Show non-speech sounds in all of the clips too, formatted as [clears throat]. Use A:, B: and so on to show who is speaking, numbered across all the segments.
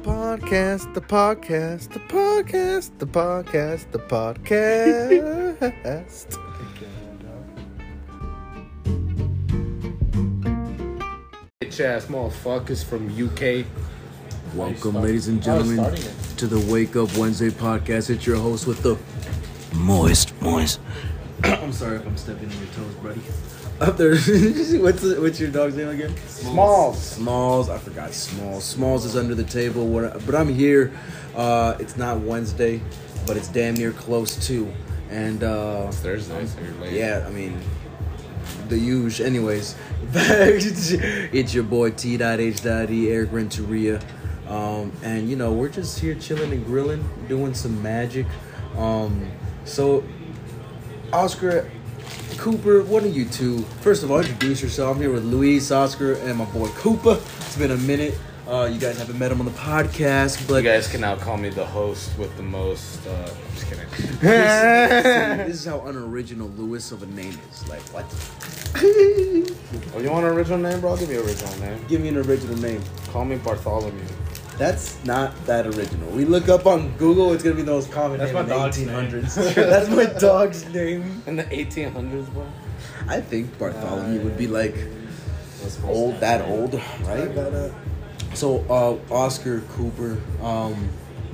A: podcast, the podcast, the podcast, the podcast, the podcast.
B: Bitch ass motherfuckers from UK.
C: Welcome, ladies and
B: I was
C: gentlemen,
B: starting it.
C: to the Wake Up Wednesday podcast. It's your host with the moist, moist. [coughs] I'm sorry if I'm stepping on your toes, buddy. [laughs] Up there, what's the, what's your dog's name again?
B: Smalls.
C: Smalls. I forgot Smalls. Smalls is under the table, what- but I'm here. Uh, it's not Wednesday, but it's damn near close to. And uh,
B: Thursday, so you're late.
C: yeah, I mean, the huge. Anyways, [laughs] it's your boy T.H.E. Eric Renteria. Um, and, you know, we're just here chilling and grilling, doing some magic. Um, so, Oscar, Cooper, what are you two? First of all, introduce yourself. I'm here with Luis, Oscar, and my boy Cooper. It's been a minute. Uh, you guys haven't met him on the podcast, but
B: You guys can now call me the host with the most. Uh, I'm just kidding.
C: this, see, this is how unoriginal Luis of a name is. Like, what?
B: Oh, you want an original name, bro? I'll give you an original name.
C: Give me an original name.
B: Call me Bartholomew.
C: That's not that original. We look up on Google, it's gonna be the most common
D: That's
C: name
D: my dog's
C: in the
D: name. [laughs]
C: 1800s. [laughs] That's my dog's name.
B: In the 1800s, bro.
C: I think Bartholomew would be like old, that old,
D: I
C: right?
D: gotta.
C: So, uh, Oscar Cooper, um,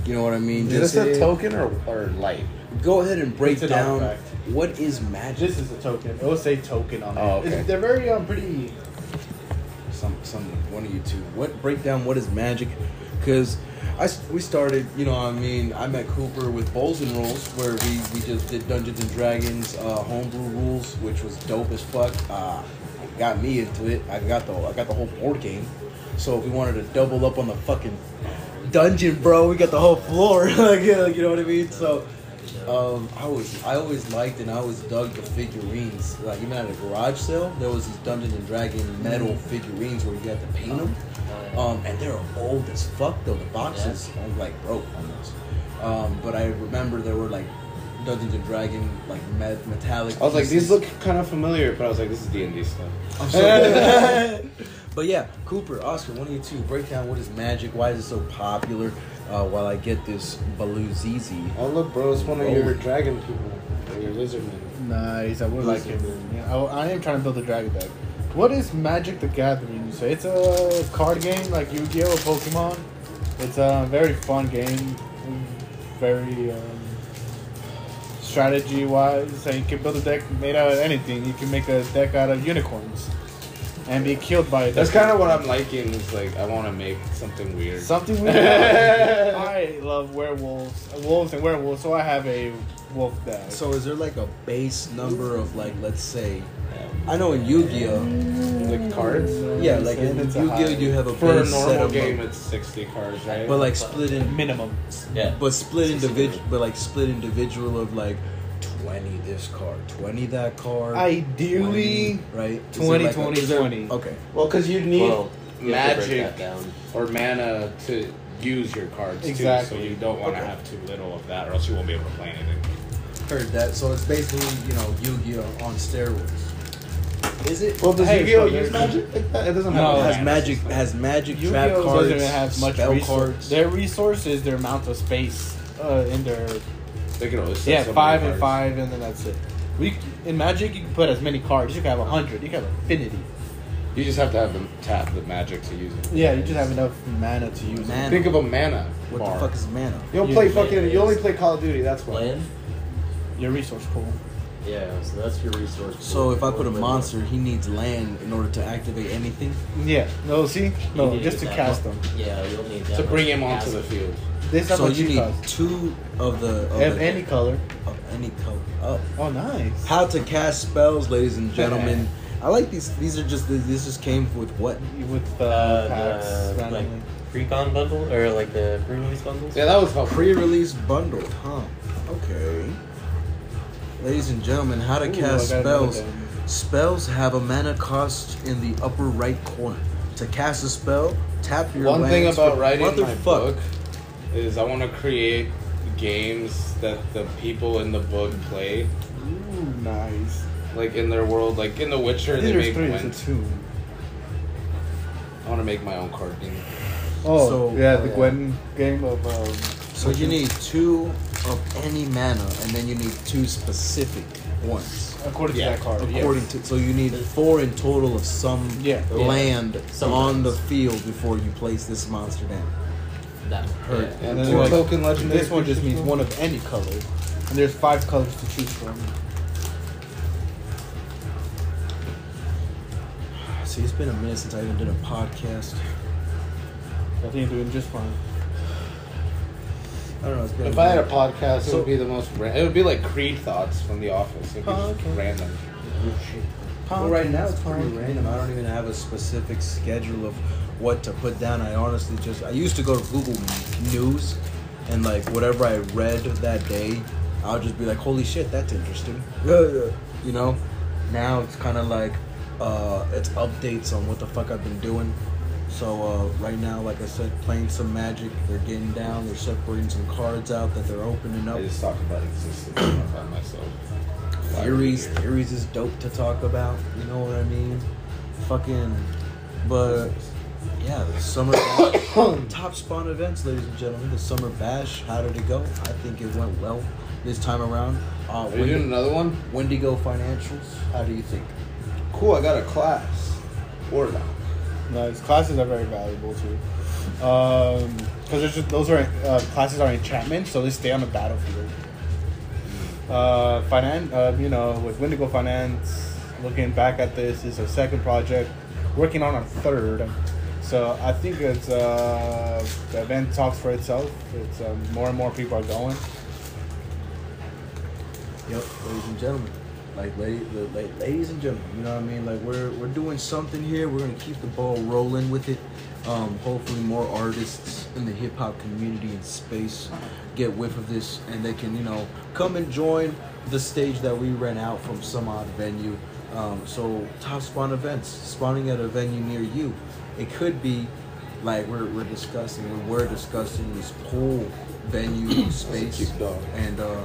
C: you know what I mean?
B: Is this
C: Just
B: a token or, or light?
C: go ahead and break
D: It's an
C: down
D: artifact.
C: what is magic.
D: This is a token. It will say token on it.
B: Oh, okay.
D: It's- They're very um pretty.
C: some some one of you two. What break down what is magic? Because I s- we started, you know, what I mean, I met Cooper with bowls and rolls where we we just did Dungeons and Dragons uh, homebrew rules, which was dope as fuck. Uh, it got me into it. I got the I got the whole board game. So if we wanted to double up on the fucking dungeon, bro, we got the whole floor. [laughs] like, uh, you know what I mean? So. Um, I always, I always liked and I always dug the figurines. Like even at a garage sale, there was these Dungeons and Dragon metal figurines where you had to paint them, um, and they're old as fuck though. The boxes I'm like broke almost, um, but I remember there were like Dungeons and Dragon like met- metallic.
B: I was like,
C: pieces.
B: these look kind of familiar, but I was like, this is D&D stuff.
C: I'm
B: [laughs]
C: so- [laughs] but yeah, Cooper, Oscar, one of you two, break down what is magic. Why is it so popular? Uh, while I get this Baluzizi.
B: Oh, look, bro, it's one of
C: Oh.
B: your dragon people. Or your lizard men.
D: Nice. I would like it. Yeah, I, I am trying to build a dragon deck. What is Magic the Gathering? So it's a card game like Yu-Gi-Oh or Pokemon. It's a very fun game. Very um, strategy-wise. So you can build a deck made out of anything. You can make a deck out of unicorns and be killed by it.
B: That's kind of what I'm liking. Is like, I want to make something weird.
D: Something [laughs] we I love werewolves, wolves and werewolves, so I have a wolf bag.
C: So is there like a base number of like let's say
B: Yeah.
C: I know in Yu-Gi-Oh,
B: Like cards?
C: yeah, like in
D: It's a
C: Yu-Gi-Oh,
D: high.
C: you have a
B: For a
C: base set
B: normal
C: of,
B: game, it's 60 cards, right?
C: but like split in,
D: minimum.
B: yeah.
C: but split individual, but like split individual of like twenty this card, twenty that card,
D: Ideally,
C: 20, right? Is it
D: 20,
C: like a-
D: 20, 20.
C: Okay,
B: Well, because you need
E: Well, you have to break
B: magic
E: that down.
B: or mana to use your cards
D: Exactly.
B: too. So you don't want to
C: Okay.
B: have too little of that, or else you won't be able to play anything.
C: heard that. So it's basically you know Yu-Gi-Oh on steroids. Is it?
B: Well, does
D: Hey,
B: Yu-Gi-Oh
D: so
B: use
D: there's-
B: magic like that? It doesn't
D: No,
B: have.
D: it
C: has
B: mana
C: magic
B: system.
C: has magic
D: Yu-Gi-Oh
C: trap cards,
D: doesn't have much
C: spell
D: resource.
C: cards.
D: Their resource is their amount of space uh, in their
B: They can always set
D: yeah
B: so many
D: five and
B: cards.
D: five, and then that's it. We in Magic you can put as many cards. You can have a hundred. You can have infinity.
B: You just have to have them tap the magic to use it.
D: Yeah, you just have enough mana to use.
C: Mana.
B: Think of a mana
C: What
B: bar.
C: the fuck is mana?
B: you don't
D: You-
B: play fucking. You only play Call of Duty. That's why.
E: Land?
D: It. Your resource pool.
E: Yeah, so that's your resource. pool.
C: So if I put a
E: Or-
C: monster, he needs land in order to activate anything.
D: Yeah. No. See.
E: You
D: No.
E: need
D: Just to
E: that
D: cast
E: much-
D: them.
E: Yeah, you'll need that
B: To
E: much
B: bring him
E: cast
B: onto the
E: them.
B: field.
D: This is how
C: So
D: much
C: you
D: you
C: need
D: cost.
C: two of the of,
D: Of
C: the-
D: any color.
C: of any color. Oh.
D: Oh, nice.
C: How to cast spells, ladies and
D: [laughs]
C: gentlemen. I like these. These are just these just came with what?
D: with uh, packs
E: Uh, the, like
D: randomly.
E: pre-con bundle or like the pre-release bundles.
B: Yeah, that was helpful.
C: Pre-release bundle, huh? Okay. Ladies and gentlemen, how to
D: Ooh,
C: cast
D: I got another
C: spells.
D: damn-
C: Spells have a mana cost in the upper right corner. To cast a spell, tap your
B: One thing
C: lands
B: about
C: for-
B: writing my
C: Motherfuck.
B: book is I want to create games that the people in the book play,
D: Ooh, nice.
B: like in their world, like in The Witcher, they
D: There's
B: make
D: three. It's
B: went.
D: a two.
B: I want to make my own card game.
D: Oh,
C: So-
D: yeah, the
C: yeah.
D: Gwen game of. Um,
C: So you need two of any mana, and then you need two specific ones.
D: according
B: Yeah,
D: to that card.
C: According to, so you need four in total of some
D: Oh, Yeah.
C: land
E: Some
C: on
E: lands.
C: the field before you place this monster down.
E: That
C: Hurt.
E: hurt.
B: And
C: Or-
B: then, like,
D: token legendary
C: This one just
D: creature
C: means
D: form.
C: one of any color.
D: yes. And there's five colors to choose from.
C: See, it's been a minute since I even did a podcast.
D: I think you're doing just fine.
C: I don't know. It's been
B: If I had a
C: minute.
B: podcast, it
C: So-
B: would be the most. Ra- it would be like Creed thoughts from The Office. It'd be just
C: Okay.
B: random.
C: Well, right now it's pretty random. I don't even have a specific schedule of what to put down. I honestly just I used to go to Google News and like whatever I read that day, I'll just be like, "Holy shit, that's interesting." You know? Now it's kind of like uh it's updates on what the fuck I've been doing. So uh, right now, like I said, playing some Magic. They're getting down. They're separating some cards out that they're opening up.
B: I just talk about existence by myself. Why are we
C: Aries,
B: here?
C: Aries is dope to talk about. You know what I mean? Fucking, but yeah, the summer bash, [coughs] top spawn events, ladies and gentlemen. The summer bash. How did it go? I think it went well this time around. Uh,
B: Are you doing
C: Wendi-
B: another one?
C: Wendigo financials. How do you think?
B: Cool. I got a class. Or not.
D: Nice. Classes are very valuable too. Um, because those are uh, classes are enchantments, so they stay on the battlefield. Uh, finance, uh, you know, with Wendigo Finance, looking back at this is our second project, working on our third. So I think it's uh, the event talks for itself. It's um, more and more people are going.
C: Yep, ladies and gentlemen. Like, la- la- la- ladies and gentlemen, you know what I mean? Like, we're, we're doing something here. We're going to keep the ball rolling with it. Um, hopefully, more artists in the hip hop community and space get whiff of this and they can, you know, come and join the stage that we rent out from some odd venue. Um, so, top spawn events, spawning at a venue near you. It could be like we're, we're discussing, we were discussing this pool venue space.
B: cute dog.
C: And, uh,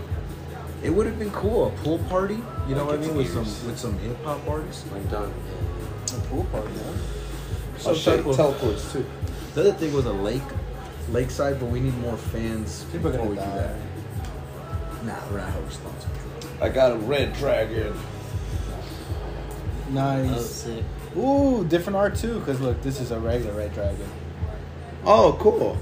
C: it would have been cool, a pool party. You know what I
B: Like it's
C: mean? With some
B: ears.
C: with some hip hop artists.
E: Like done.
C: A pool party.
B: Oh,
C: Some
B: shit.
C: type of-
B: Teleports too.
C: the other thing was a lake, lakeside, but we need more fans
D: People are
C: before
D: gonna
C: we do
D: die.
C: that. Nah, we're not responsible.
B: I got a red dragon.
E: That
D: Nice.
E: was Oh, sick.
B: Uh,
D: Ooh, different art too. Cause look, this is a regular red dragon.
B: Oh, cool.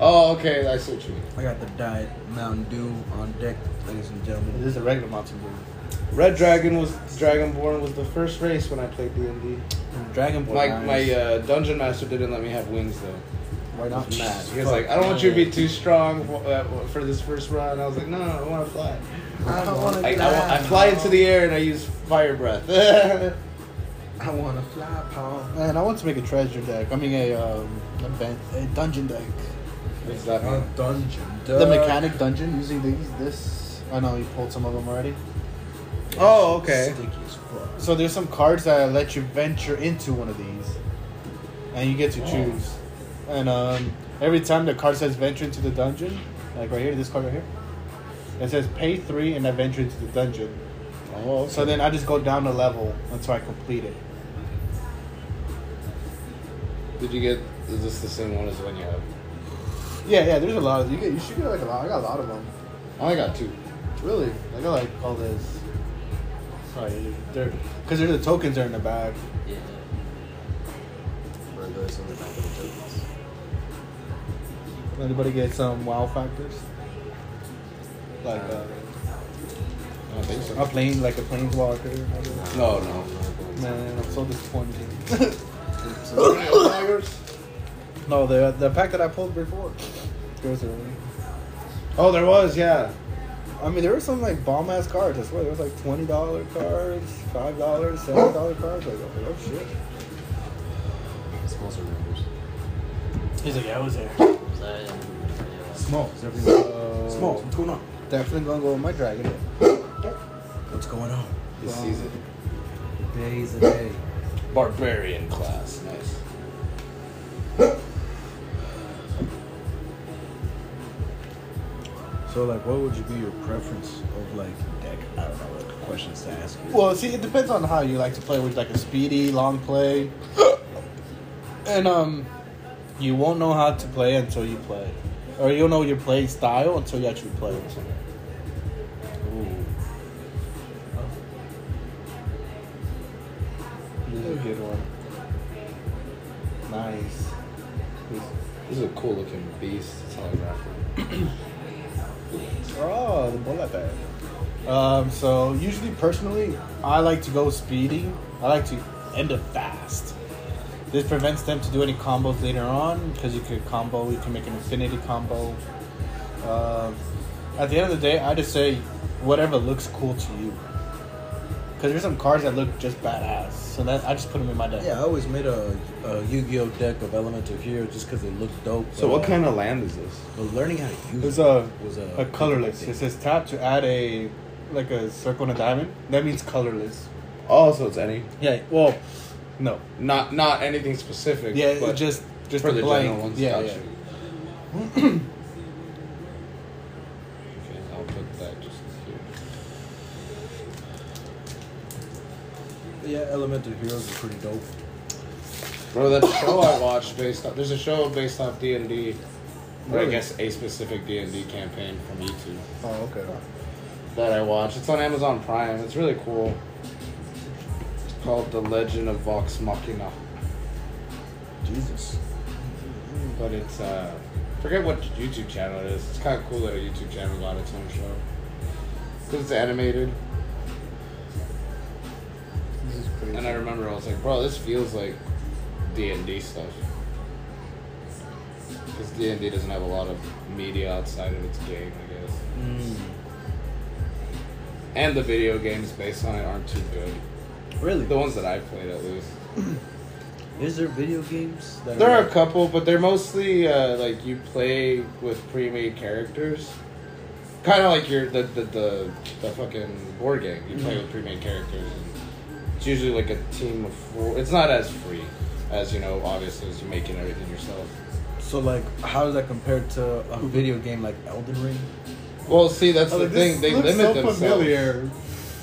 B: Oh, okay. I see what you mean.
C: I got the diet Mountain Dew on deck, ladies and
D: This
C: gentlemen.
D: is a regular Mountain Dew.
B: Red Dragon was Dragonborn was the first race when I played D and D.
D: Dragonborn.
B: My
D: nice.
B: my uh, dungeon master didn't let me have wings though.
D: Why
B: I
D: not?
B: was mad. He was like, I don't want you to be too strong for, uh, for this first run. I was like, no, no, I want to fly.
C: I wanna
B: I, I, wa- I fly into the air and I use fire breath. [laughs]
C: I wanna fly, Paul.
D: Man, I want to make a treasure deck. I mean, a um, a, ban- a dungeon deck.
B: What's that
C: A
B: mean?
C: dungeon.
D: The mechanic dungeon using these. This. I know you pulled some of them already.
B: Oh, okay.
C: Sticky as fuck.
D: So there's some cards that let you venture into one of these, and you get to
B: Oh.
D: choose. And um, every time the card says venture into the dungeon, like right here, this card right here, it says pay three and I venture into the dungeon.
B: Oh,
D: So then I just go down a level until I complete it.
B: Did you get? Is this the same one as the one you have?
D: Yeah, yeah. There's a lot of you. Get, you should get like a lot. I got a lot of them.
B: I only got two.
D: Really? I got like all this. Sorry, they're because they're the tokens are in the bag.
E: Yeah. Where those on the back of the tokens.
D: Anybody get some wow factors? Like uh,
B: I don't think
D: a
B: so.
D: plane, like a planeswalker.
B: No, no.
D: Man, I'm so disappointed.
B: Tigers?
D: no, the the pack that I pulled before. There was really.
B: oh, there was, yeah.
D: I mean, there were some like bomb ass cards. I swear, there was like twenty dollar cards, five dollars, seven dollar cards. Like, I was like, oh shit.
E: Smalls are members.
D: He's like, yeah, I was there.
E: Was I in- yeah.
C: Smalls, everything.
D: So,
C: Smalls, what's going on?
D: Uh, Definitely gonna go with my dragon.
C: What's going on?
B: He sees it.
C: Days a day.
B: Barbarian class. Nice.
C: So, like, what would you be your preference of like deck? I don't know what questions to ask you.
D: Well, see, it depends on how you like to play. With like a speedy long play, and um, you won't know how to play until you play, or you'll know your play style until you actually play. it. This is a good one. Nice.
B: This is a cool looking beast. It's holographic.
D: Oh, the bullet bag. Um, so usually, personally, I like to go speedy. I like to end it fast. This prevents them to do any combos later on because you could combo. You can make an infinity combo. Um, at the end of the day, I just say whatever looks cool to you. Because there's some cards that look just badass, so that I just put them in my deck.
C: Yeah, I always made a, a Yu-Gi-Oh deck of Elemental Heroes just because they looked dope. Uh,
B: So, what kind of land is this?
C: But learning how to use
D: There's
C: it
D: a
C: was a,
D: a colorless. It says tap to add a like a circle and a diamond. That means colorless.
B: Oh, so it's any.
D: Yeah. Well, no.
B: Not not anything specific.
D: Yeah,
B: but
D: just just
B: for
D: a
B: the
D: blank.
B: general ones.
D: yeah,
B: gotcha.
D: yeah.
B: [clears throat] okay, I'll put that just here.
C: yeah, Elemental Heroes are pretty dope.
B: Bro, that show I watched based off there's a show based off D and D, or I
D: Really?
B: guess a specific D and D campaign from YouTube
D: [laughs] Oh, okay.
B: that I watched. It's on Amazon Prime. It's really cool. It's called The Legend of Vox Machina,
C: Jesus.
B: but it's uh, forget what YouTube channel it is. It's kind of cool that a YouTube channel got its own show because it's animated.
D: This is crazy.
B: And I remember I was like, bro, this feels like D and D stuff. Because D and D doesn't have a lot of media outside of its game, I guess.
C: Hmm.
B: And the video games based on it aren't too good.
C: Really?
B: The ones that I played, at least.
C: Is there video games? That
B: There are a couple, but they're mostly uh, like you play with pre-made characters. Kind of like your the, the the the fucking board game. You play
D: Mm-hmm.
B: with pre-made characters. And it's usually like a team of four. It's not as free as you know, obviously, as you're making everything yourself.
C: So like, how does that compare to a video game like Elden Ring?
B: Well, see, that's
D: I was
B: the
D: like,
B: thing.
D: Oh, this
B: They
D: looks
B: limit
D: so
B: themselves
D: familiar.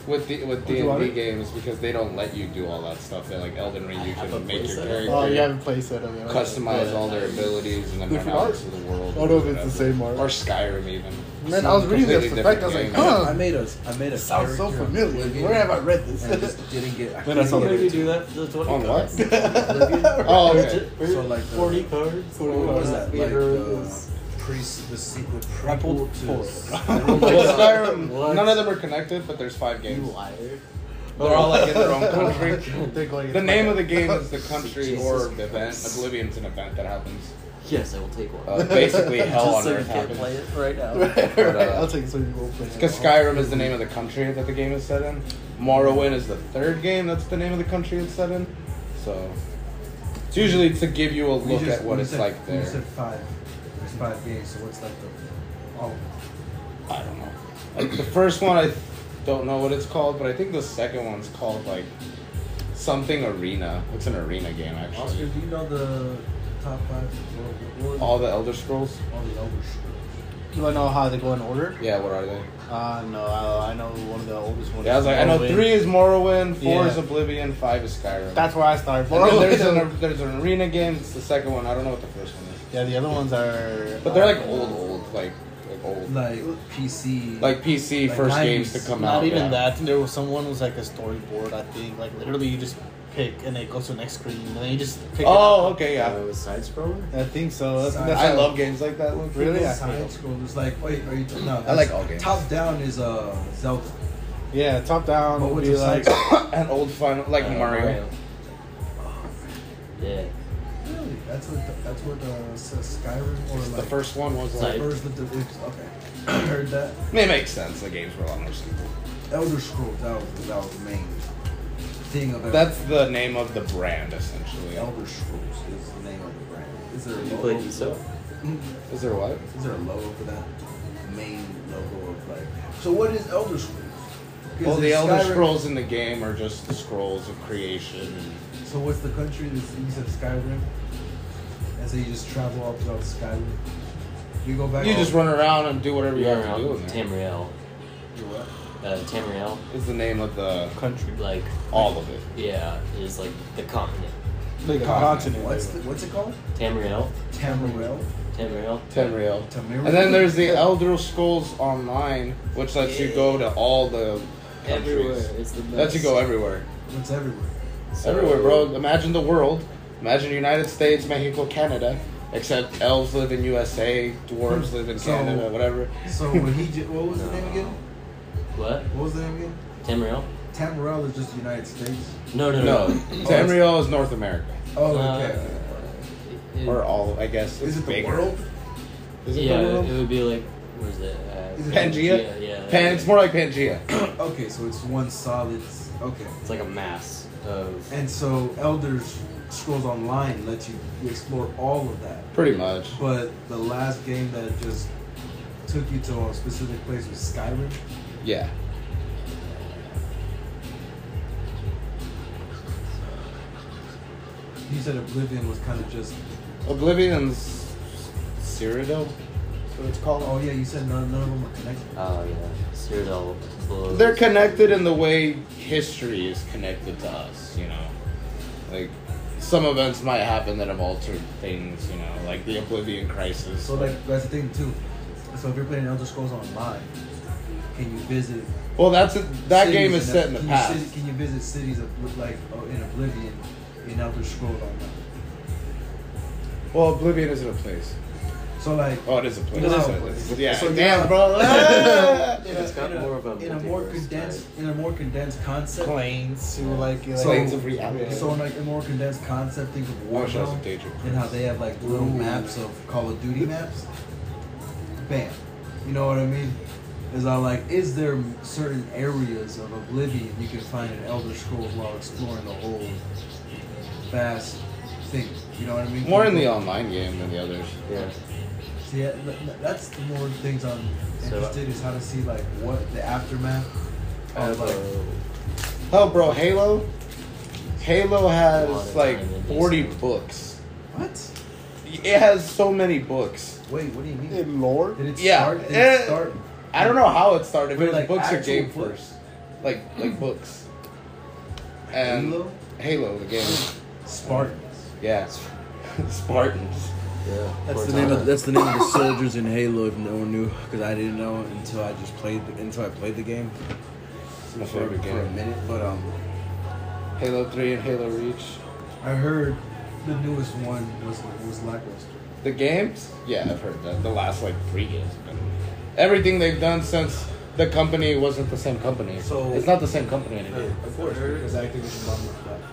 B: with the, with
D: Oh,
B: D
D: do
B: and
D: I?
B: D games because they don't let you do all that stuff. They're like Elden Ring. You
E: I have a
B: can make your
E: playset.
B: character,
D: Oh, you haven't played set of it.
B: customize
D: Yeah.
B: all their abilities, and then
D: Different
B: run
D: art.
B: out into the world.
D: I don't know if it's the same art.
B: Or Skyrim, even.
D: Man, I was reading this
B: Completely
D: effect. I was like,
B: different
D: huh.
C: I made a I made a
D: Sounds so
C: character on
D: familiar.
C: Oblivion
D: Where have I read
C: And I
D: [laughs] this?
C: just didn't get. I
D: Then I saw
C: couldn't
D: maybe
C: get
D: do [laughs]
E: that for the 20
B: On what?
E: cards.
C: Oblivion.
B: Oh, okay.
C: So like the-
E: 40 cards.
C: What was that? Like uh,
E: Peter
C: the
E: is-
C: pre the sequel
D: I
C: prequel
D: pulled
C: to.
D: four.
C: [laughs]
B: Well, Skyrim,
E: What?
B: none of them are connected, but there's five
E: You
B: games.
E: liar.
B: They're all like in their
D: [laughs]
B: own country. The
D: the [laughs]
B: name of the game is the country
E: Jesus
B: or the event.
E: Christ.
B: Oblivion's an event that happens.
E: Yes, I will take one.
B: Uh, basically,
E: [laughs]
B: hell
E: Just
B: on
E: so you
B: earth
E: can't play
B: happens.
E: it right now.
D: right, right.
B: uh,
D: I'll take some role play.
B: Because Skyrim is the name of the country that the game is set in. Morrowind is the third game that's the name of the country it's set in. So it's usually to give you a
F: We
B: look
F: just-
B: at what
F: we
B: it's
F: said-
B: like
F: We
B: there.
F: said five. There's five games, so what's like the oh. all?
B: I don't know. Like the first one, I don't know what it's called, but I think the second one's called like something arena. It's an arena game
F: Oscar,
B: actually.
F: do you know the top five? What, what,
B: All the Elder Scrolls.
F: all the Elder
D: You wanna know how they go in order?
B: Yeah, what are they?
D: Uh, no, I, I know one of the oldest ones.
B: Yeah, I was like, I know
D: Morrowind.
B: three is Morrowind, four
D: Yeah.
B: is Oblivion, five is Skyrim.
D: That's where I started.
B: And then
D: [laughs]
B: there's
D: Morrowind.
B: an there's an arena game. It's the second one. I don't know what the first one is,
D: Yeah, the other ones are. uh,
B: but they're like old, old, like like old,
F: Like PC.
B: like PC
F: Like
B: first
F: 90s.
B: games to come out.
D: Not even
B: yeah.
D: that. I think there was someone was like a storyboard. I think like literally you just pick and it goes to the next screen and then you just pick.
B: Oh,
D: It
B: okay,
E: Uh, it
B: yeah.
E: was side scrolling?
B: Oh.
D: up. I think so. That's,
F: Sorry.
D: that's
B: I
D: how-
B: love games like that. [coughs] Look.
D: Really? I
F: Side scrollers. Like wait, are you? No,
B: I like all games.
F: Top down is uh Zelda.
D: Yeah, top down
F: But
D: would
F: what's
D: be
F: a side
D: like.
F: scroll?
B: And old final [laughs] like
E: Uh,
B: Mario.
E: Yeah.
F: Really? That's what. That's what uh, says Skyrim or
B: The
F: like
B: first one was
E: Side.
B: like.
F: First of the it's- okay. I heard that.
B: It makes sense. The games were a lot more simple.
F: Elder Scrolls. That was that was the main thing of it.
B: That's the name of the brand, essentially.
F: Elder Scrolls is the name of the brand. Is there a
E: You
F: logo?
E: played ESO?
B: Is there what?
F: Is there a logo for that? Main logo of like. So what is Elder Scrolls? 'Cause
B: Well, the
F: it's
B: Elder
F: Skyrim-
B: Scrolls in the game are just the scrolls of creation. and-
F: So what's the country that's east of Skyrim? And so you just travel all throughout Skyrim. You go back.
B: You just
C: oh.
B: run around and do whatever you
E: Yeah,
B: have to do. in there.
E: Tamriel.
F: You what?
E: Uh, Tamriel,
B: Is the name of the
D: Country.
E: like,
B: all of it.
E: yeah, is like the continent.
D: Like a continent.
C: What's the,
D: label.
C: what's it called?
E: Tamriel.
C: Tamriel.
E: Tamriel.
B: Tamriel.
C: Tamriel.
B: And then there's the Elder Scrolls Online, which lets you go to all the countries.
E: Everywhere. It's the best.
B: Lets you go everywhere.
C: It's everywhere.
E: So-
B: everywhere, bro. Imagine the world. Imagine United States, Mexico, Canada. Except elves live in USA, dwarves live in
C: So-
B: Canada, whatever.
C: So when
B: [laughs]
C: he did, what was the name again?
E: What?
C: What was the name again?
E: Tamriel?
C: Tamriel is just the United States.
E: No, Uh, no,
B: No,
E: no.
B: Tamriel is North America.
C: Oh,
E: Uh,
C: okay.
E: It-
B: Or all, I guess.
C: Is
B: it's
C: it the
B: bigger.
C: world?
B: Is it
E: yeah,
B: the world?
E: it would be like, what is it? Uh,
C: Is it
B: Pangea?
E: Yeah. yeah
B: Pan, it's more like Pangea.
C: [laughs] Okay, so it's one solid. s- Okay.
E: It's like a mass of. uh,
C: And so Elder Scrolls Online lets you explore all of that.
B: Pretty much.
C: But the last game that just took you to a specific place was Skyrim.
B: Yeah.
C: You said Oblivion was kind of just.
B: Oblivion's Cyrodiil? That's what it's called.
C: Oh yeah, you said none, none of them were connected.
E: Oh, yeah. Cyrodiil. blows.
B: They're connected in the way history is connected to us, you know. Like some events might happen that have altered things, you know, like the Oblivion Crisis.
C: So like that's the thing too. So if you're playing Elder Scrolls Online, can you visit?
B: well, that's a, that
C: cities
B: game is
C: in-
B: set in the
C: can
B: past.
C: You, city- can you visit cities of like oh, in Oblivion in Elder Scrolls Online?
B: well, Oblivion isn't a place.
C: So like.
B: Oh, it is a place.
C: No.
B: It's a place. Yeah,
C: So
B: damn,
C: you're- [laughs]
B: bro.
C: in a-
E: It's got
C: in a-
E: more of a
C: in a more
E: multiverse
C: condensed in a more condensed concept.
D: planes. So like, like
B: Planes of reality.
C: So in like a more condensed concept, think of
B: I wish I was a
C: Warzone
B: daydream.
C: and how they have like little maps of Call of Duty maps. Bam, you know what I mean? Is I like is there certain areas of Oblivion you can find in Elder Scrolls while exploring the whole vast thing? You know what I mean?
B: [laughs] More in the online game than the others.
E: Yeah.
C: See, that- that- that's the more things I'm
E: So-
C: interested is how to see like what the aftermath of like
B: Oh, bro, Halo. Halo has
E: of
B: like
E: time in these
B: forty
E: things.
B: books. [laughs]
C: what?
B: It has so many books.
C: Wait, what do you mean?
D: in lore.
C: Did it
B: Yeah.
C: start? Did
B: Eh.
C: it start?
B: I don't know how it started, but
C: Wait, like
B: it's books or
C: actual
B: game
C: books?
B: first. Like like books. And
C: Halo?
B: Halo, the game.
C: Spartans. [laughs]
B: Yeah. Spartans.
E: Yeah.
G: That's
E: Or
G: the name of
E: Tama.
G: that's the
B: [laughs]
G: name of the soldiers in Halo. If no one knew, because I didn't know until I just played the, until I played the game
B: It's my
G: for,
B: favorite
G: for a
B: game.
G: minute. But um,
B: Halo 3 and Halo Reach.
C: I heard the newest one was was lackluster.
B: The games? Yeah, I've heard that. The last like three games have been. Everything they've done since the company wasn't the same company.
C: So-
B: it's not the same company anymore.
C: Of course, because Activision bought Microsoft,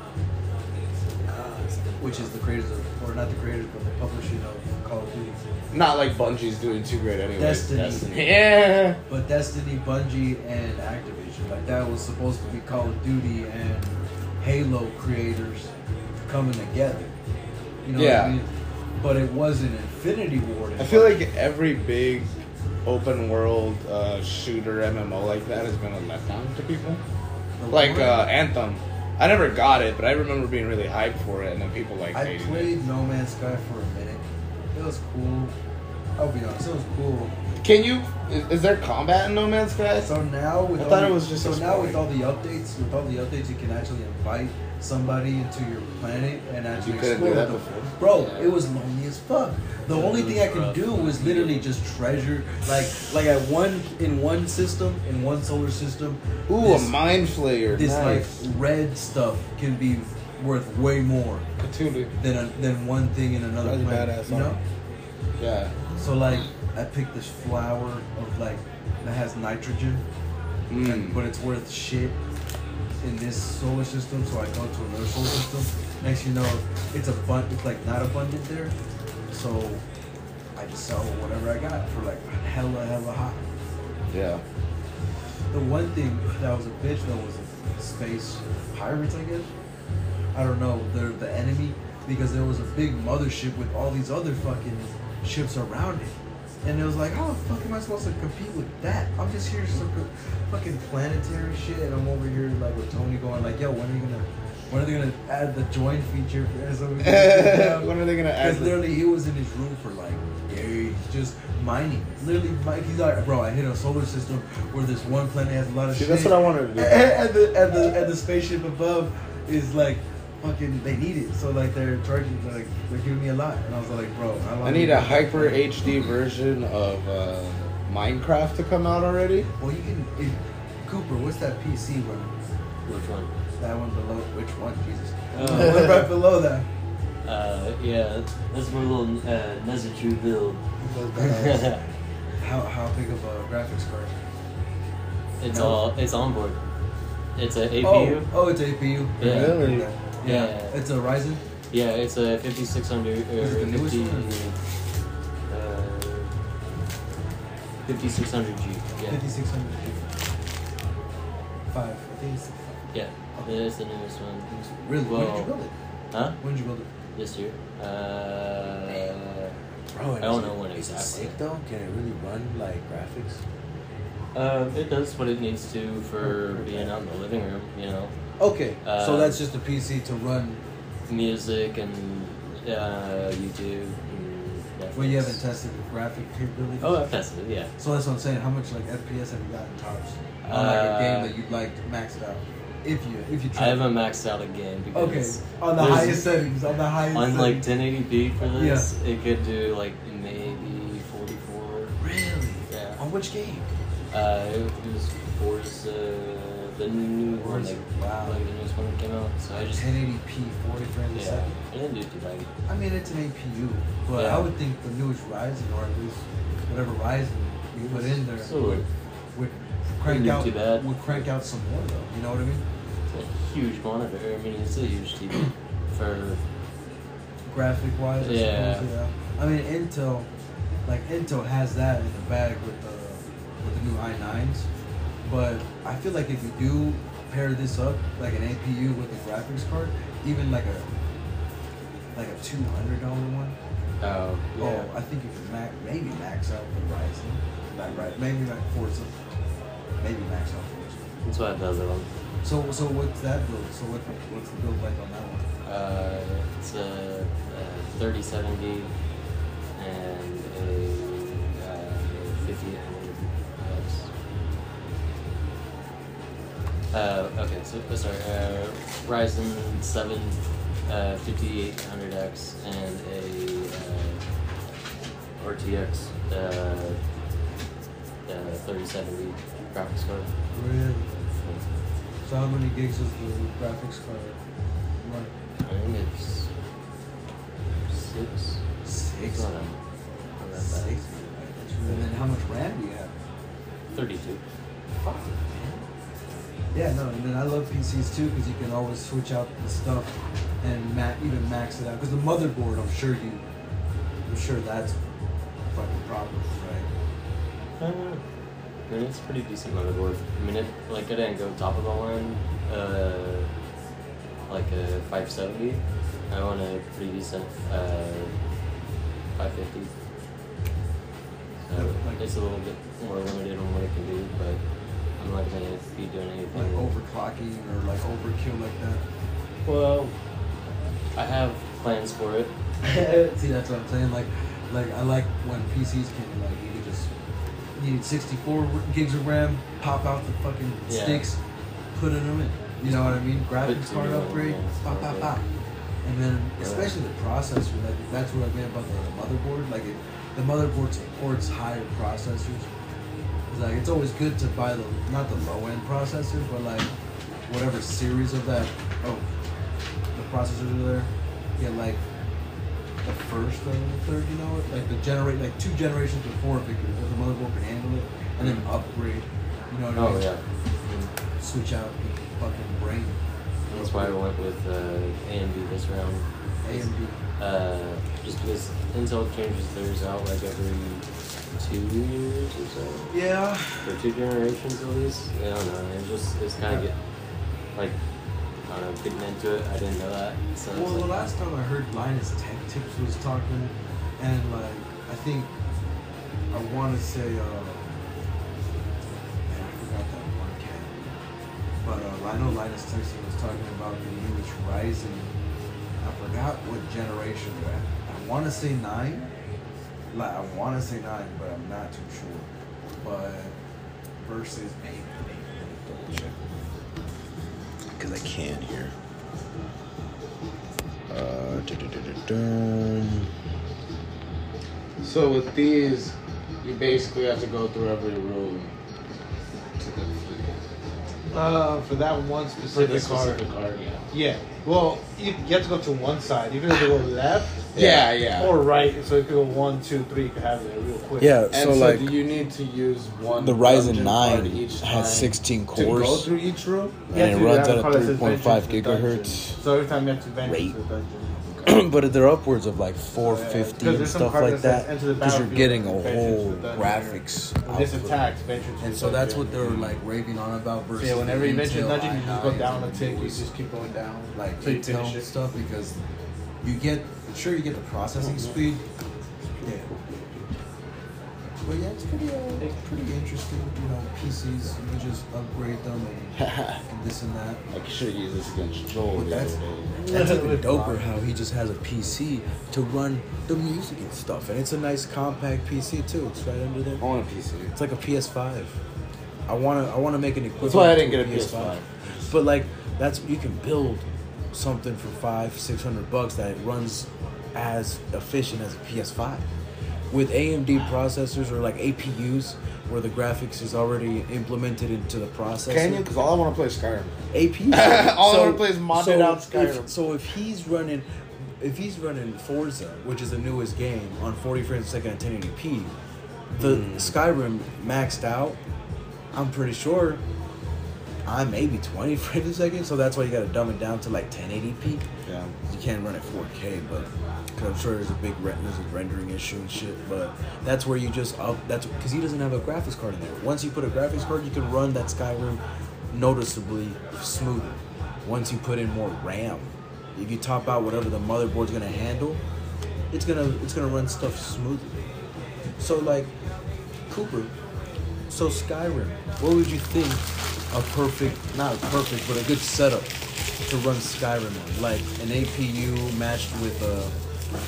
C: which is the creators of, or not the creators, but the publishing of Call of Duty.
B: Not like Bungie's doing too great anyway.
C: Destiny.
B: [laughs] Yeah.
C: But Destiny, Bungie, and Activision, like that was supposed to be Call of Duty and Halo creators coming together. You know
B: Yeah.
C: what I mean? But it wasn't Infinity Ward.
B: I feel like every big open world uh, shooter MMO like that has been a letdown to people.
C: The
B: Like
C: Lord-
B: uh, Anthem. I never got it, but I remember being really hyped for it, and then people like
C: I
B: hated it.
C: played No Man's Sky for a minute. It was cool. I'll be honest, it was cool.
B: Can you? Is, is there combat in No Man's Sky?
C: So now with
B: I
C: all
B: thought it
C: the-
B: was just
C: so now
B: exploring.
C: with all the updates, with all the updates, you can actually invite somebody into your planet and actually
B: You couldn't do
C: explore
B: that
C: with
B: before.
C: them. Bro,
E: Yeah.
C: it was lonely as fuck. The only thing I could do was literally just treasure, like like at one in one system in one solar system.
B: Ooh,
C: this,
B: a mind flayer.
C: this
B: nice.
C: like red stuff can be worth way more
B: Cthulhu.
C: than a, than one thing in another
D: That's a
C: planet.
D: badass
C: You know.
D: armor.
B: Yeah.
C: So like, I picked this flower of like that has nitrogen, and-
B: Mm.
C: but it's worth shit in this solar system. So I go to another solar system. Next, you know, it's abundant. It's like not abundant there. So I just sell whatever I got for like hella hella hot.
B: [laughs] Yeah.
C: The one thing that was a bitch though was space pirates, I guess. I don't know, they're the enemy because there was a big mothership with all these other fucking ships around it. And it was like, how the fuck am I supposed to compete with that? I'm just here some good fucking planetary shit and I'm over here like with Tony going like, yo, when are you gonna when are they gonna add the join feature so
B: [laughs]
C: we can
B: when are they gonna add?
C: Because
B: The,
C: literally, he was in his room for like days, just mining. Literally, Mike, he's like, bro, I hit a solar system where this one planet has a lot of
B: see,
C: shit.
B: that's what I wanted to
C: and,
B: do.
C: and the, and, the, and the spaceship above is like, fucking they need it. So like they're charging like they're giving me a lot, and I was like, bro, how long?
B: I need a hyper HD version of uh, Minecraft to come out already.
C: Well, you can. If, Cooper, what's that PC one?
E: Which one?
C: That one below. Which one? Jesus. The
E: Oh,
C: one [laughs] right below that.
E: uh, yeah, that's my little uh, Nezuchu build.
C: How how big of a graphics card?
E: [laughs] it's
C: No.
E: all it's on board. It's a APU.
C: Oh, oh, it's APU.
E: Yeah.
H: Really?
C: Yeah.
E: Yeah.
C: It's a Ryzen.
E: Yeah, it's a 5600 or
C: Is it the newest
E: 50,
C: one or the-
E: uh, 5600G. Yeah,
C: 5600. Five. I think it's five.
E: yeah, that's the newest one.
C: Really? When did
E: Whoa.
C: you build it?
E: Huh?
C: When did you build it?
E: This year? Uh,
I: Bro,
E: I don't know
I: what
E: when
I: is it- is
E: exactly.
I: it sick though? Can it really run like graphics?
E: uh, it does what it needs to for being out in the living room, you know,
I: Okay, so
E: Um,
I: that's just a PC to run.
E: music and uh, YouTube. And Netflix.
C: Well, you haven't tested the graphic capabilities.
E: Oh, I've tested it. Yeah.
C: So that's what I'm saying. How much like FPS have you gotten tops on
E: Uh,
C: like a game that you'd like to max it out? If you if you
E: I
C: try.
E: haven't maxed out a game
C: Okay.
E: because
C: On the
E: there's-
C: highest settings. On the highest.
E: on like
C: settings.
E: 1080p for this, it could do like maybe 44.
C: Really?
E: Yeah.
C: On which game?
E: Uh, it was Forza, the new one,
C: Forza,
E: like,
C: wow.
E: like the newest one that came out. So I just
C: 1080p, 40 frames a
E: yeah,
C: second.
E: I didn't do too bad.
C: I mean, it's an APU, but
E: Yeah.
C: I would think the newest Ryzen or at least whatever Ryzen you put in there
E: So it-
C: would crank
E: do
C: out
E: too bad.
C: would crank out some more though. You know what I mean?
E: It's a huge monitor. I mean, it's a huge TV for uh,
C: Graphic wise, I
E: Yeah.
C: suppose. Yeah. I mean, Intel, like Intel has that in the bag with the with the new i9s, but I feel like if you do pair this up like an APU with a graphics card, even like a like a two hundred dollar one.
E: oh yeah.
C: Oh, I think you can max, maybe max out the Ryzen. Not right. Maybe like Forza. Maybe max out Forza.
E: That's why it does it on.
C: So so what's that build? So what what's the build like on that one?
E: Uh, it's a, a 3070 and a uh, 5800 Uh, okay, so uh, sorry, uh, Ryzen 7 uh, 5800X and a uh, RTX uh, uh, 3070 graphics card.
C: Really? So how many gigs is the graphics card? Run?
E: I think it's six. It's
C: Six.
E: not a- not that bad.
C: Six. And then how much RAM do you have?
E: 32.
C: Fuck, man. Yeah, no, and then I love PCs too because you can always switch out the stuff and ma- even max it out. Because the motherboard, I'm sure you, I'm sure that's a fucking problem, right?
E: I mean, it's a pretty decent motherboard. I mean, it like I didn't go top of the line, uh, like a 570. I want a pretty decent uh, 550. So
C: Like-
E: it's a little bit more limited on what it can do, but I'm not gonna be doing anything.
C: Like overclocking or like overkill like that.
E: Well, I have plans for it.
C: See, that's what I'm saying. Like, like I like when PCs can like you can just you need 64 gigs of RAM, pop out the fucking
E: Yeah.
C: sticks, put it in. You know what I mean? Graphics
E: two
C: card
E: new ones,
C: upgrade,
E: yeah,
C: pop,
E: okay.
C: pop, pop. And then, especially the processor, like that's what I meant about the motherboard. Like, if the motherboard supports higher processors, it's like it's always good to buy the not the low end processor, but like whatever series of that. Oh, the processors are there. Get like the first and the third, you know, like the generate like two generations before if, it, could- if the motherboard can handle it, and then upgrade. You know what I
E: Oh
C: mean?
E: yeah,
C: Switch out the fucking brain.
E: that's why I went with uh, AMD this round.
C: AMD.
E: Uh, just because Intel changes theirs out like every two years or so,
C: Yeah.
E: or two generations at least. I don't know. It just it's kind of get like I don't know. Getting into it, I didn't know that. So it's
C: Well, the
E: like,
C: last time I heard Linus Tech Tips was talking, and like I think I want to say, uh, man, I forgot that one cat. But uh, I know Linus Tech Tips was talking about the newest Ryzen. I forgot what generation we're at. I want to say nine. Like I want to say nine, but I'm not too sure. But versus maybe.
J: Because I can hear.
K: Uh, du-du-du-du-dum.
B: So with these, you basically have to go through every room to the,
D: Uh, for that one
B: for the
D: specific card.
B: specific card. Yeah.
D: Yeah. Well, you, you have to go to one side. You can either go left
B: Yeah, yeah.
D: or right. So you can go one, two, three. You can have it there real quick.
K: yeah,
B: and
K: so, like
B: do you need to use one?
K: the Ryzen
B: dungeon card
K: 9
B: each time
K: has 16
B: to go
K: cores
B: through each room.
D: You have
K: and it
D: to do
K: runs
D: that
K: at a
D: part that says
K: 3.5
D: Vengeance to Dungeon.
K: gigahertz,
D: So every time you have to venture
K: Rate.
D: to the dungeon.
K: [clears throat] but they're upwards of like
D: Yeah,
K: 450 and
D: there's some
K: stuff
D: card
K: like
D: that says
K: that
D: enter the
K: because you're
D: battlefield
K: getting a
D: with
K: whole
D: vengeance with
K: graphics.
D: When this
K: output.
D: attacks venture to
C: And
D: the
C: so that's what
D: dungeon.
C: they were like raving on about versus.
D: Yeah, whenever
C: the
D: you venture
C: Intel
D: dungeon, you just
C: i9s
D: go down a
C: and
D: tick.
C: it
D: You
C: was,
D: just keep going down.
C: like
D: till you finish
C: Intel
D: it.
C: stuff because you get sure you get the processing speed. Yeah. But yeah, it's pretty uh, pretty interesting. You know, PCs you can just upgrade them and, and this and that.
B: I should have used this against Joel the other
C: That's-
B: day.
C: That's
D: That's
C: even
D: even
C: doper how he just has a PC to run the music and stuff, and it's a nice compact PC too. It's right under there.
B: I want a PC.
C: It's like a PS5. I wanna I wanna make an equivalent.
B: That's why I didn't
C: to
B: get a PS5.
C: But like that's you can build something for five six hundred bucks that runs as efficient as a PS5 with AMD processors or like APUs where the graphics is already implemented into the processor.
B: Can you? Because all I want to play is Skyrim.
C: AP.
B: [laughs] All I wanna play is modded out Skyrim.
C: If, so if he's running, if he's running Forza, which is the newest game on 40 frames a second at 1080p, the Skyrim maxed out. I'm pretty sure. I'm maybe 20 [laughs] frames a second, so that's why you gotta dumb it down to like 1080p.
B: Yeah.
C: You can't run at 4K, but because I'm sure there's a big re- there's a rendering issue and shit. But that's where you just up. That's because he doesn't have a graphics card in there. Once you put a graphics card, you can run that Skyrim noticeably smoother. Once you put in more RAM, if you top out whatever the motherboard's gonna handle, it's gonna it's gonna run stuff smoother. So like, Cooper, so Skyrim, what would you think a perfect, not a perfect, but a good setup to run Skyrim on? Like an APU matched with a.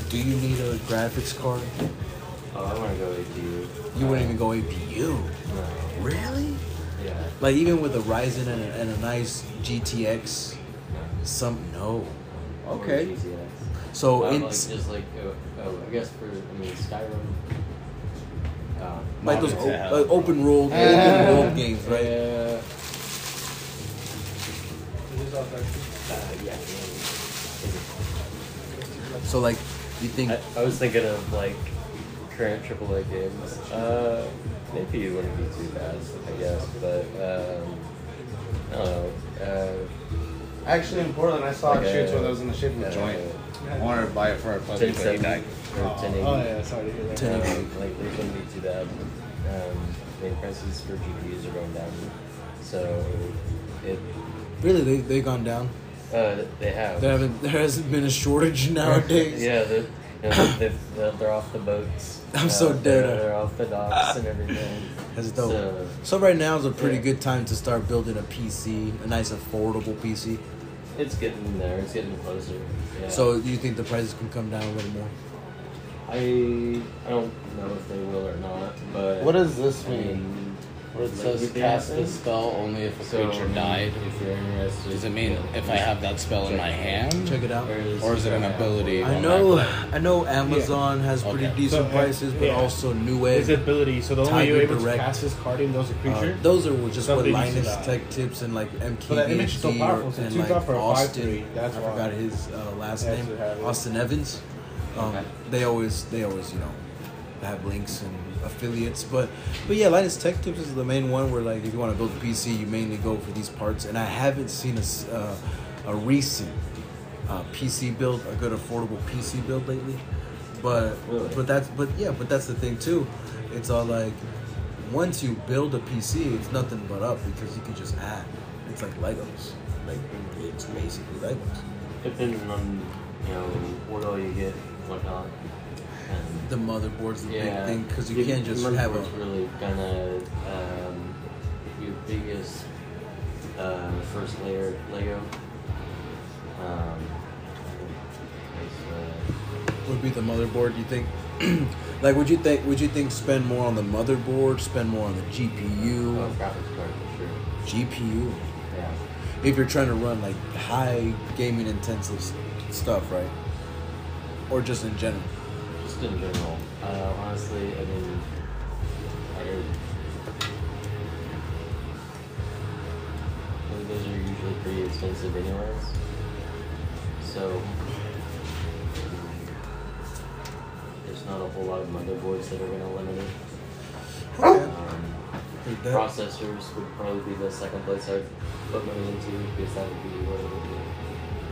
C: Do you need a graphics card?
E: Oh, I want to go with you.
C: You wouldn't even go APU.
E: No.
C: Really?
E: Yeah.
C: Like even with a Ryzen and a, and a nice GTX, some no.
E: Or GTX.
C: So
E: Well,
C: in
E: like, just like oh, oh, I guess for I mean Skyrim. Uh,
C: like those
K: Modern
C: o-
K: to
C: like open world, open world games, right?
E: Uh, uh, yeah.
C: So like, you think
E: I, I was thinking of like current AAA games. Uh, maybe it wouldn't be too bad, I guess. But um, I don't know. Uh,
B: Actually, in Portland, I saw
E: Like
B: a chance
E: a-
B: where there was in the shape of
E: uh,
B: a joint. I wanted to buy it for our buddy,
E: ten
B: but he
E: seventy
B: died.
E: or ten eighty.
D: Oh yeah, sorry to hear that.
E: Um,
C: 1080p?
E: like they shouldn't be too bad. Um, I mean, prices for GPUs are going down, so it
C: Really, they they gone down.
E: uh, they have.
C: There haven't there hasn't been a shortage nowadays.
E: Yeah, they're, you know, they're, they're, they're off the boats.
C: [laughs] I'm so
E: they're-
C: dead.
E: They're, off the docks and everything.
C: That's dope.
E: So,
C: So right now is a pretty
E: Yeah.
C: good time to start building a PC, a nice affordable PC.
E: it's getting there. It's getting closer. Yeah.
C: So do you think the prices can come down a little more?
E: I I don't know if they will or not, but
B: What does this
E: I
B: mean?
E: mean,
B: Where it
E: like,
B: says
E: if they
B: cast
E: happen,
B: this spell only if a
E: so,
B: creature died.
E: If you're interested,
B: Does it mean
E: yeah.
B: if I have that spell in my hand?
C: Check it out.
B: Or is it an ability?
C: I
B: on
C: know,
B: my-
C: I know Amazon has pretty
B: Okay.
C: decent
D: So, uh,
C: prices, but
D: yeah.
C: also
D: His
C: Newegg.
D: ability. So the
C: Tiger
D: only you're able
C: Direct.
D: to cast is carding those a
C: Uh,
D: creature.
C: those are what- just what
D: Something you should
C: Linus
D: add.
C: Tech Tips and like MKBHD
D: that image is so powerful, so
C: and
D: two
C: like
D: drop or a five
C: Austin.
D: three, that's
C: I
D: why.
C: forgot his uh, last
D: That's
C: name,
D: what happened.
C: Austin Evans. Um,
E: Okay.
C: They always, they always, you know, have links and affiliates, but but yeah, Linus Tech Tips is the main one where like if you want to build a PC, you mainly go for these parts. And I haven't seen a s- uh, a recent uh, PC build, a good affordable PC build lately. But
E: Really?
C: but that's but yeah, but that's the thing too. It's all like once you build a PC, it's nothing but up because you can just add. It's like Legos. Like it's basically Legos.
E: Depending on you know what all you get, whatnot. And,
C: The motherboard's the big thing because you
E: Your
C: can't just have a
E: motherboard's really gonna um, your biggest uh, first layer Lego. Um, it's, uh,
C: would be the motherboard. You think? [clears throat] like, would you think? Would you think spend more on the motherboard? Spend more on the
E: uh,
C: GPU?
E: oh, graphics card for sure.
C: GPU.
E: Yeah.
C: If you're trying to run like high gaming intensive s- stuff, right? Or just in general.
E: Just in general. Uh, honestly, I mean, I don't. I mean, those are usually pretty expensive, anyways. So there's not a whole lot of motherboards that are going to limit it. Um,
C: Like [coughs] that.
E: processors would probably be the second place I'd put money into because that would be where it would be.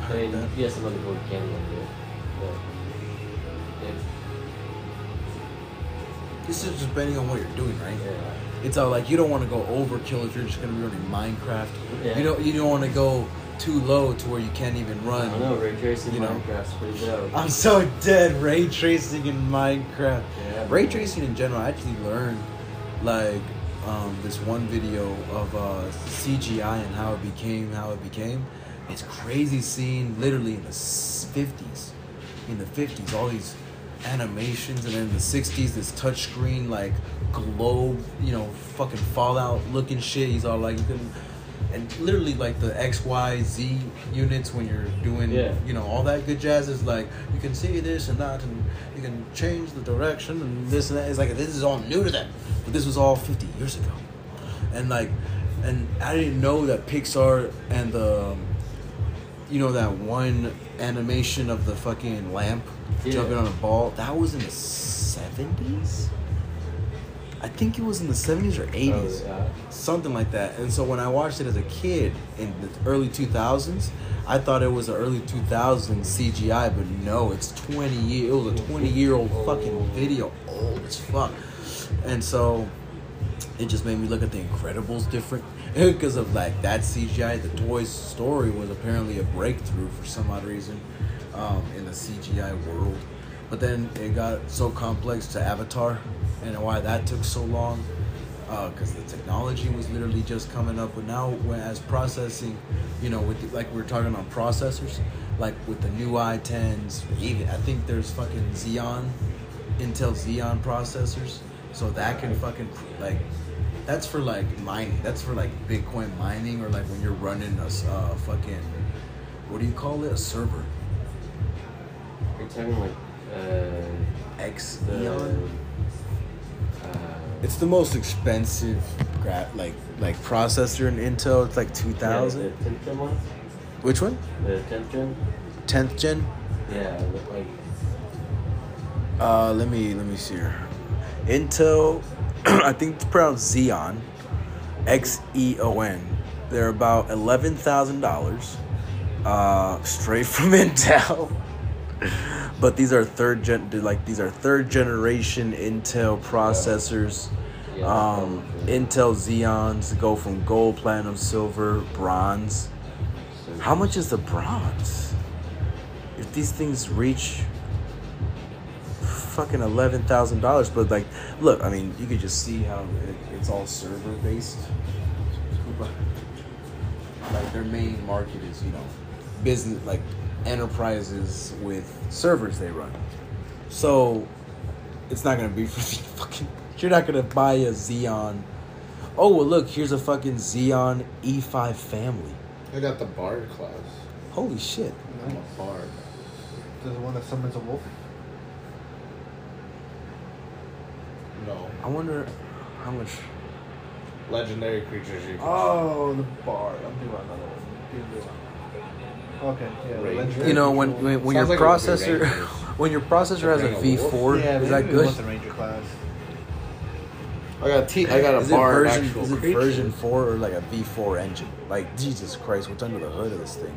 E: I mean,
C: that.
E: yes, another board can limit it, but if,
C: This is just depending on what you're doing, right?
E: yeah.
C: It's all like you don't want to go overkill if you're just gonna be running Minecraft.
E: Yeah.
C: You don't you don't want to go too low to where you can't even run.
E: I don't know, ray tracing
C: You know.
E: Minecraft's pretty dope. [laughs]
C: I'm so dead ray tracing in Minecraft.
E: Yeah.
C: Ray tracing in general, I actually learned like um, this one video of uh, CGI and how it became how it became. It's crazy seeing literally in the s- 50s, in the 50s, all these animations, and then in the 60s, this touchscreen like globe, you know, fucking Fallout looking shit. He's all like, you can, and literally like the X, Y, Z units when you're doing,
E: Yeah.
C: you know, all that good jazz is like you can see this and that, and you can change the direction and this and that. It's like this is all new to them, but this was all 50 years ago, and like, and I didn't know that Pixar and the um, you know that one animation of the fucking lamp
E: Yeah.
C: jumping on a ball that was in the 70s i think it was in the 70s or 80s
E: Oh, yeah.
C: something like that and so when i watched it as a kid in the early 2000s i thought it was an early 2000s cgi but no it's 20 year it was a 20 year old fucking video old as fuck and so it just made me look at the Incredibles different [laughs] because of like that CGI. The Toy Story was apparently a breakthrough for some odd reason um, in the CGI world, but then it got so complex to Avatar and why that took so long because the technology was literally just coming up. But now, when- as processing, you know, with the, like we were talking on processors, like with the new i10s, even I think there's fucking Xeon, Intel Xeon processors, so that can fucking like. That's for like mining. That's for like Bitcoin mining or like when you're running a s- uh, fucking, what do you call it? A server.
E: Are you talking like uh,
C: X
E: the? Uh,
C: It's the most expensive, gra- like like processor in Intel. It's like two
E: Yeah,
C: thousand.
E: the tenth gen one.
C: Which one?
E: The tenth gen.
C: Tenth gen.
E: Yeah, but like
C: Uh, let me let me see here. Intel, [clears throat] I think it's pronounced Xeon, X E O N. They're about eleven thousand dollars, uh, straight [laughs] from Intel. but these are third gen, they're like these are third generation Intel processors.
E: Yeah.
C: Um, Intel Xeons go from gold, platinum, silver, bronze.
E: so-
C: How much is the bronze? If these things reach fucking eleven thousand dollars, but like, look, I mean, you could just see how it, it's all server based. Like their main market is you know business like enterprises with servers they run. So it's not gonna be [laughs] for the fucking. You're not gonna buy a Xeon. Oh well, look, here's a fucking Xeon E5 family.
B: I got the bard class.
C: Holy shit.
B: I'm a bard.
D: Does the one that summons a wolf?
B: No.
C: I wonder how much.
B: Legendary creatures you can
D: Oh, the bard. I'm doing another one. Okay, yeah. the
B: Ranger.
D: legendary
C: You know, when
D: control.
C: when, when your
B: Sounds like it would be
C: processor [laughs]
B: Rangers.
C: when your processor has a
B: Like Rangers.
C: V4,
D: yeah,
C: is
D: maybe
C: that
D: we
C: good?
D: want the ranger class.
B: I got a T. I got a
C: Is it
B: bard
C: version
B: actual
C: is it
B: creature.
C: version 4 or like a V4 engine? Like Jesus Christ, what's under the hood of this thing?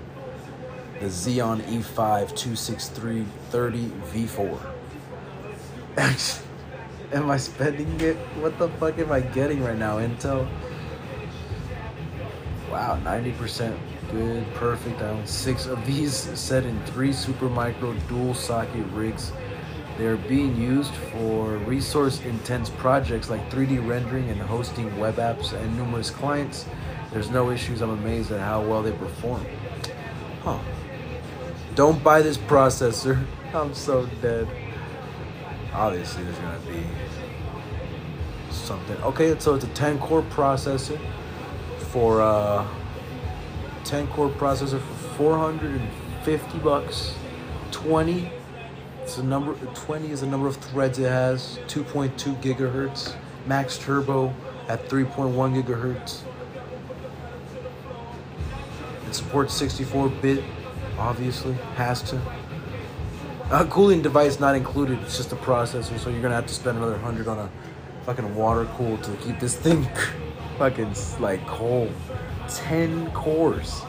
C: The Xeon E E5 26330 V4. [laughs] am I spending it? What the fuck am I getting right now, Intel? Wow, 90% good, perfect. I own six of these set in three Supermicro dual socket rigs. They're being used for resource intense projects like 3D rendering and hosting web apps and numerous clients. There's no issues. I'm amazed at how well they perform. Huh. Don't buy this processor. [laughs] I'm so dead. Obviously, there's gonna be something. Okay, so it's a 10 core processor for uh, 10 core processor for 450 bucks 20. It's a number. 20 is the number of threads it has. 2.2 gigahertz. Max turbo at 3.1 gigahertz. It supports 64-bit. Obviously, has to. A cooling device not included. It's just a processor, so you're gonna have to spend another hundred on a fucking water cool to keep this thing [laughs] fucking like cold. Ten cores.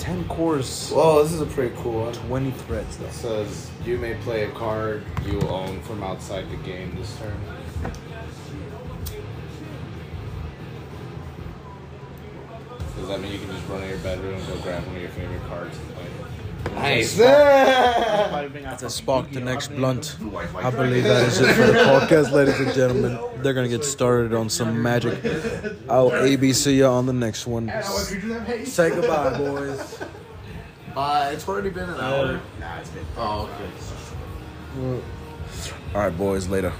C: Ten cores.
B: Well, this is a pretty cool one.
C: Twenty threads though.
B: It says you may play a card you own from outside the game this turn. Does that mean you can just run to your bedroom, go grab one of your favorite cards, and play it? [laughs] Nice.
C: That's a spark the next blunt. I believe that is it for the podcast, ladies and gentlemen. They're gonna get started on some magic. I'll ABC you on the next one. Say goodbye, boys.
L: Uh, it's already been an hour. Nah, it's been. Oh, okay.
C: All right, boys. Later.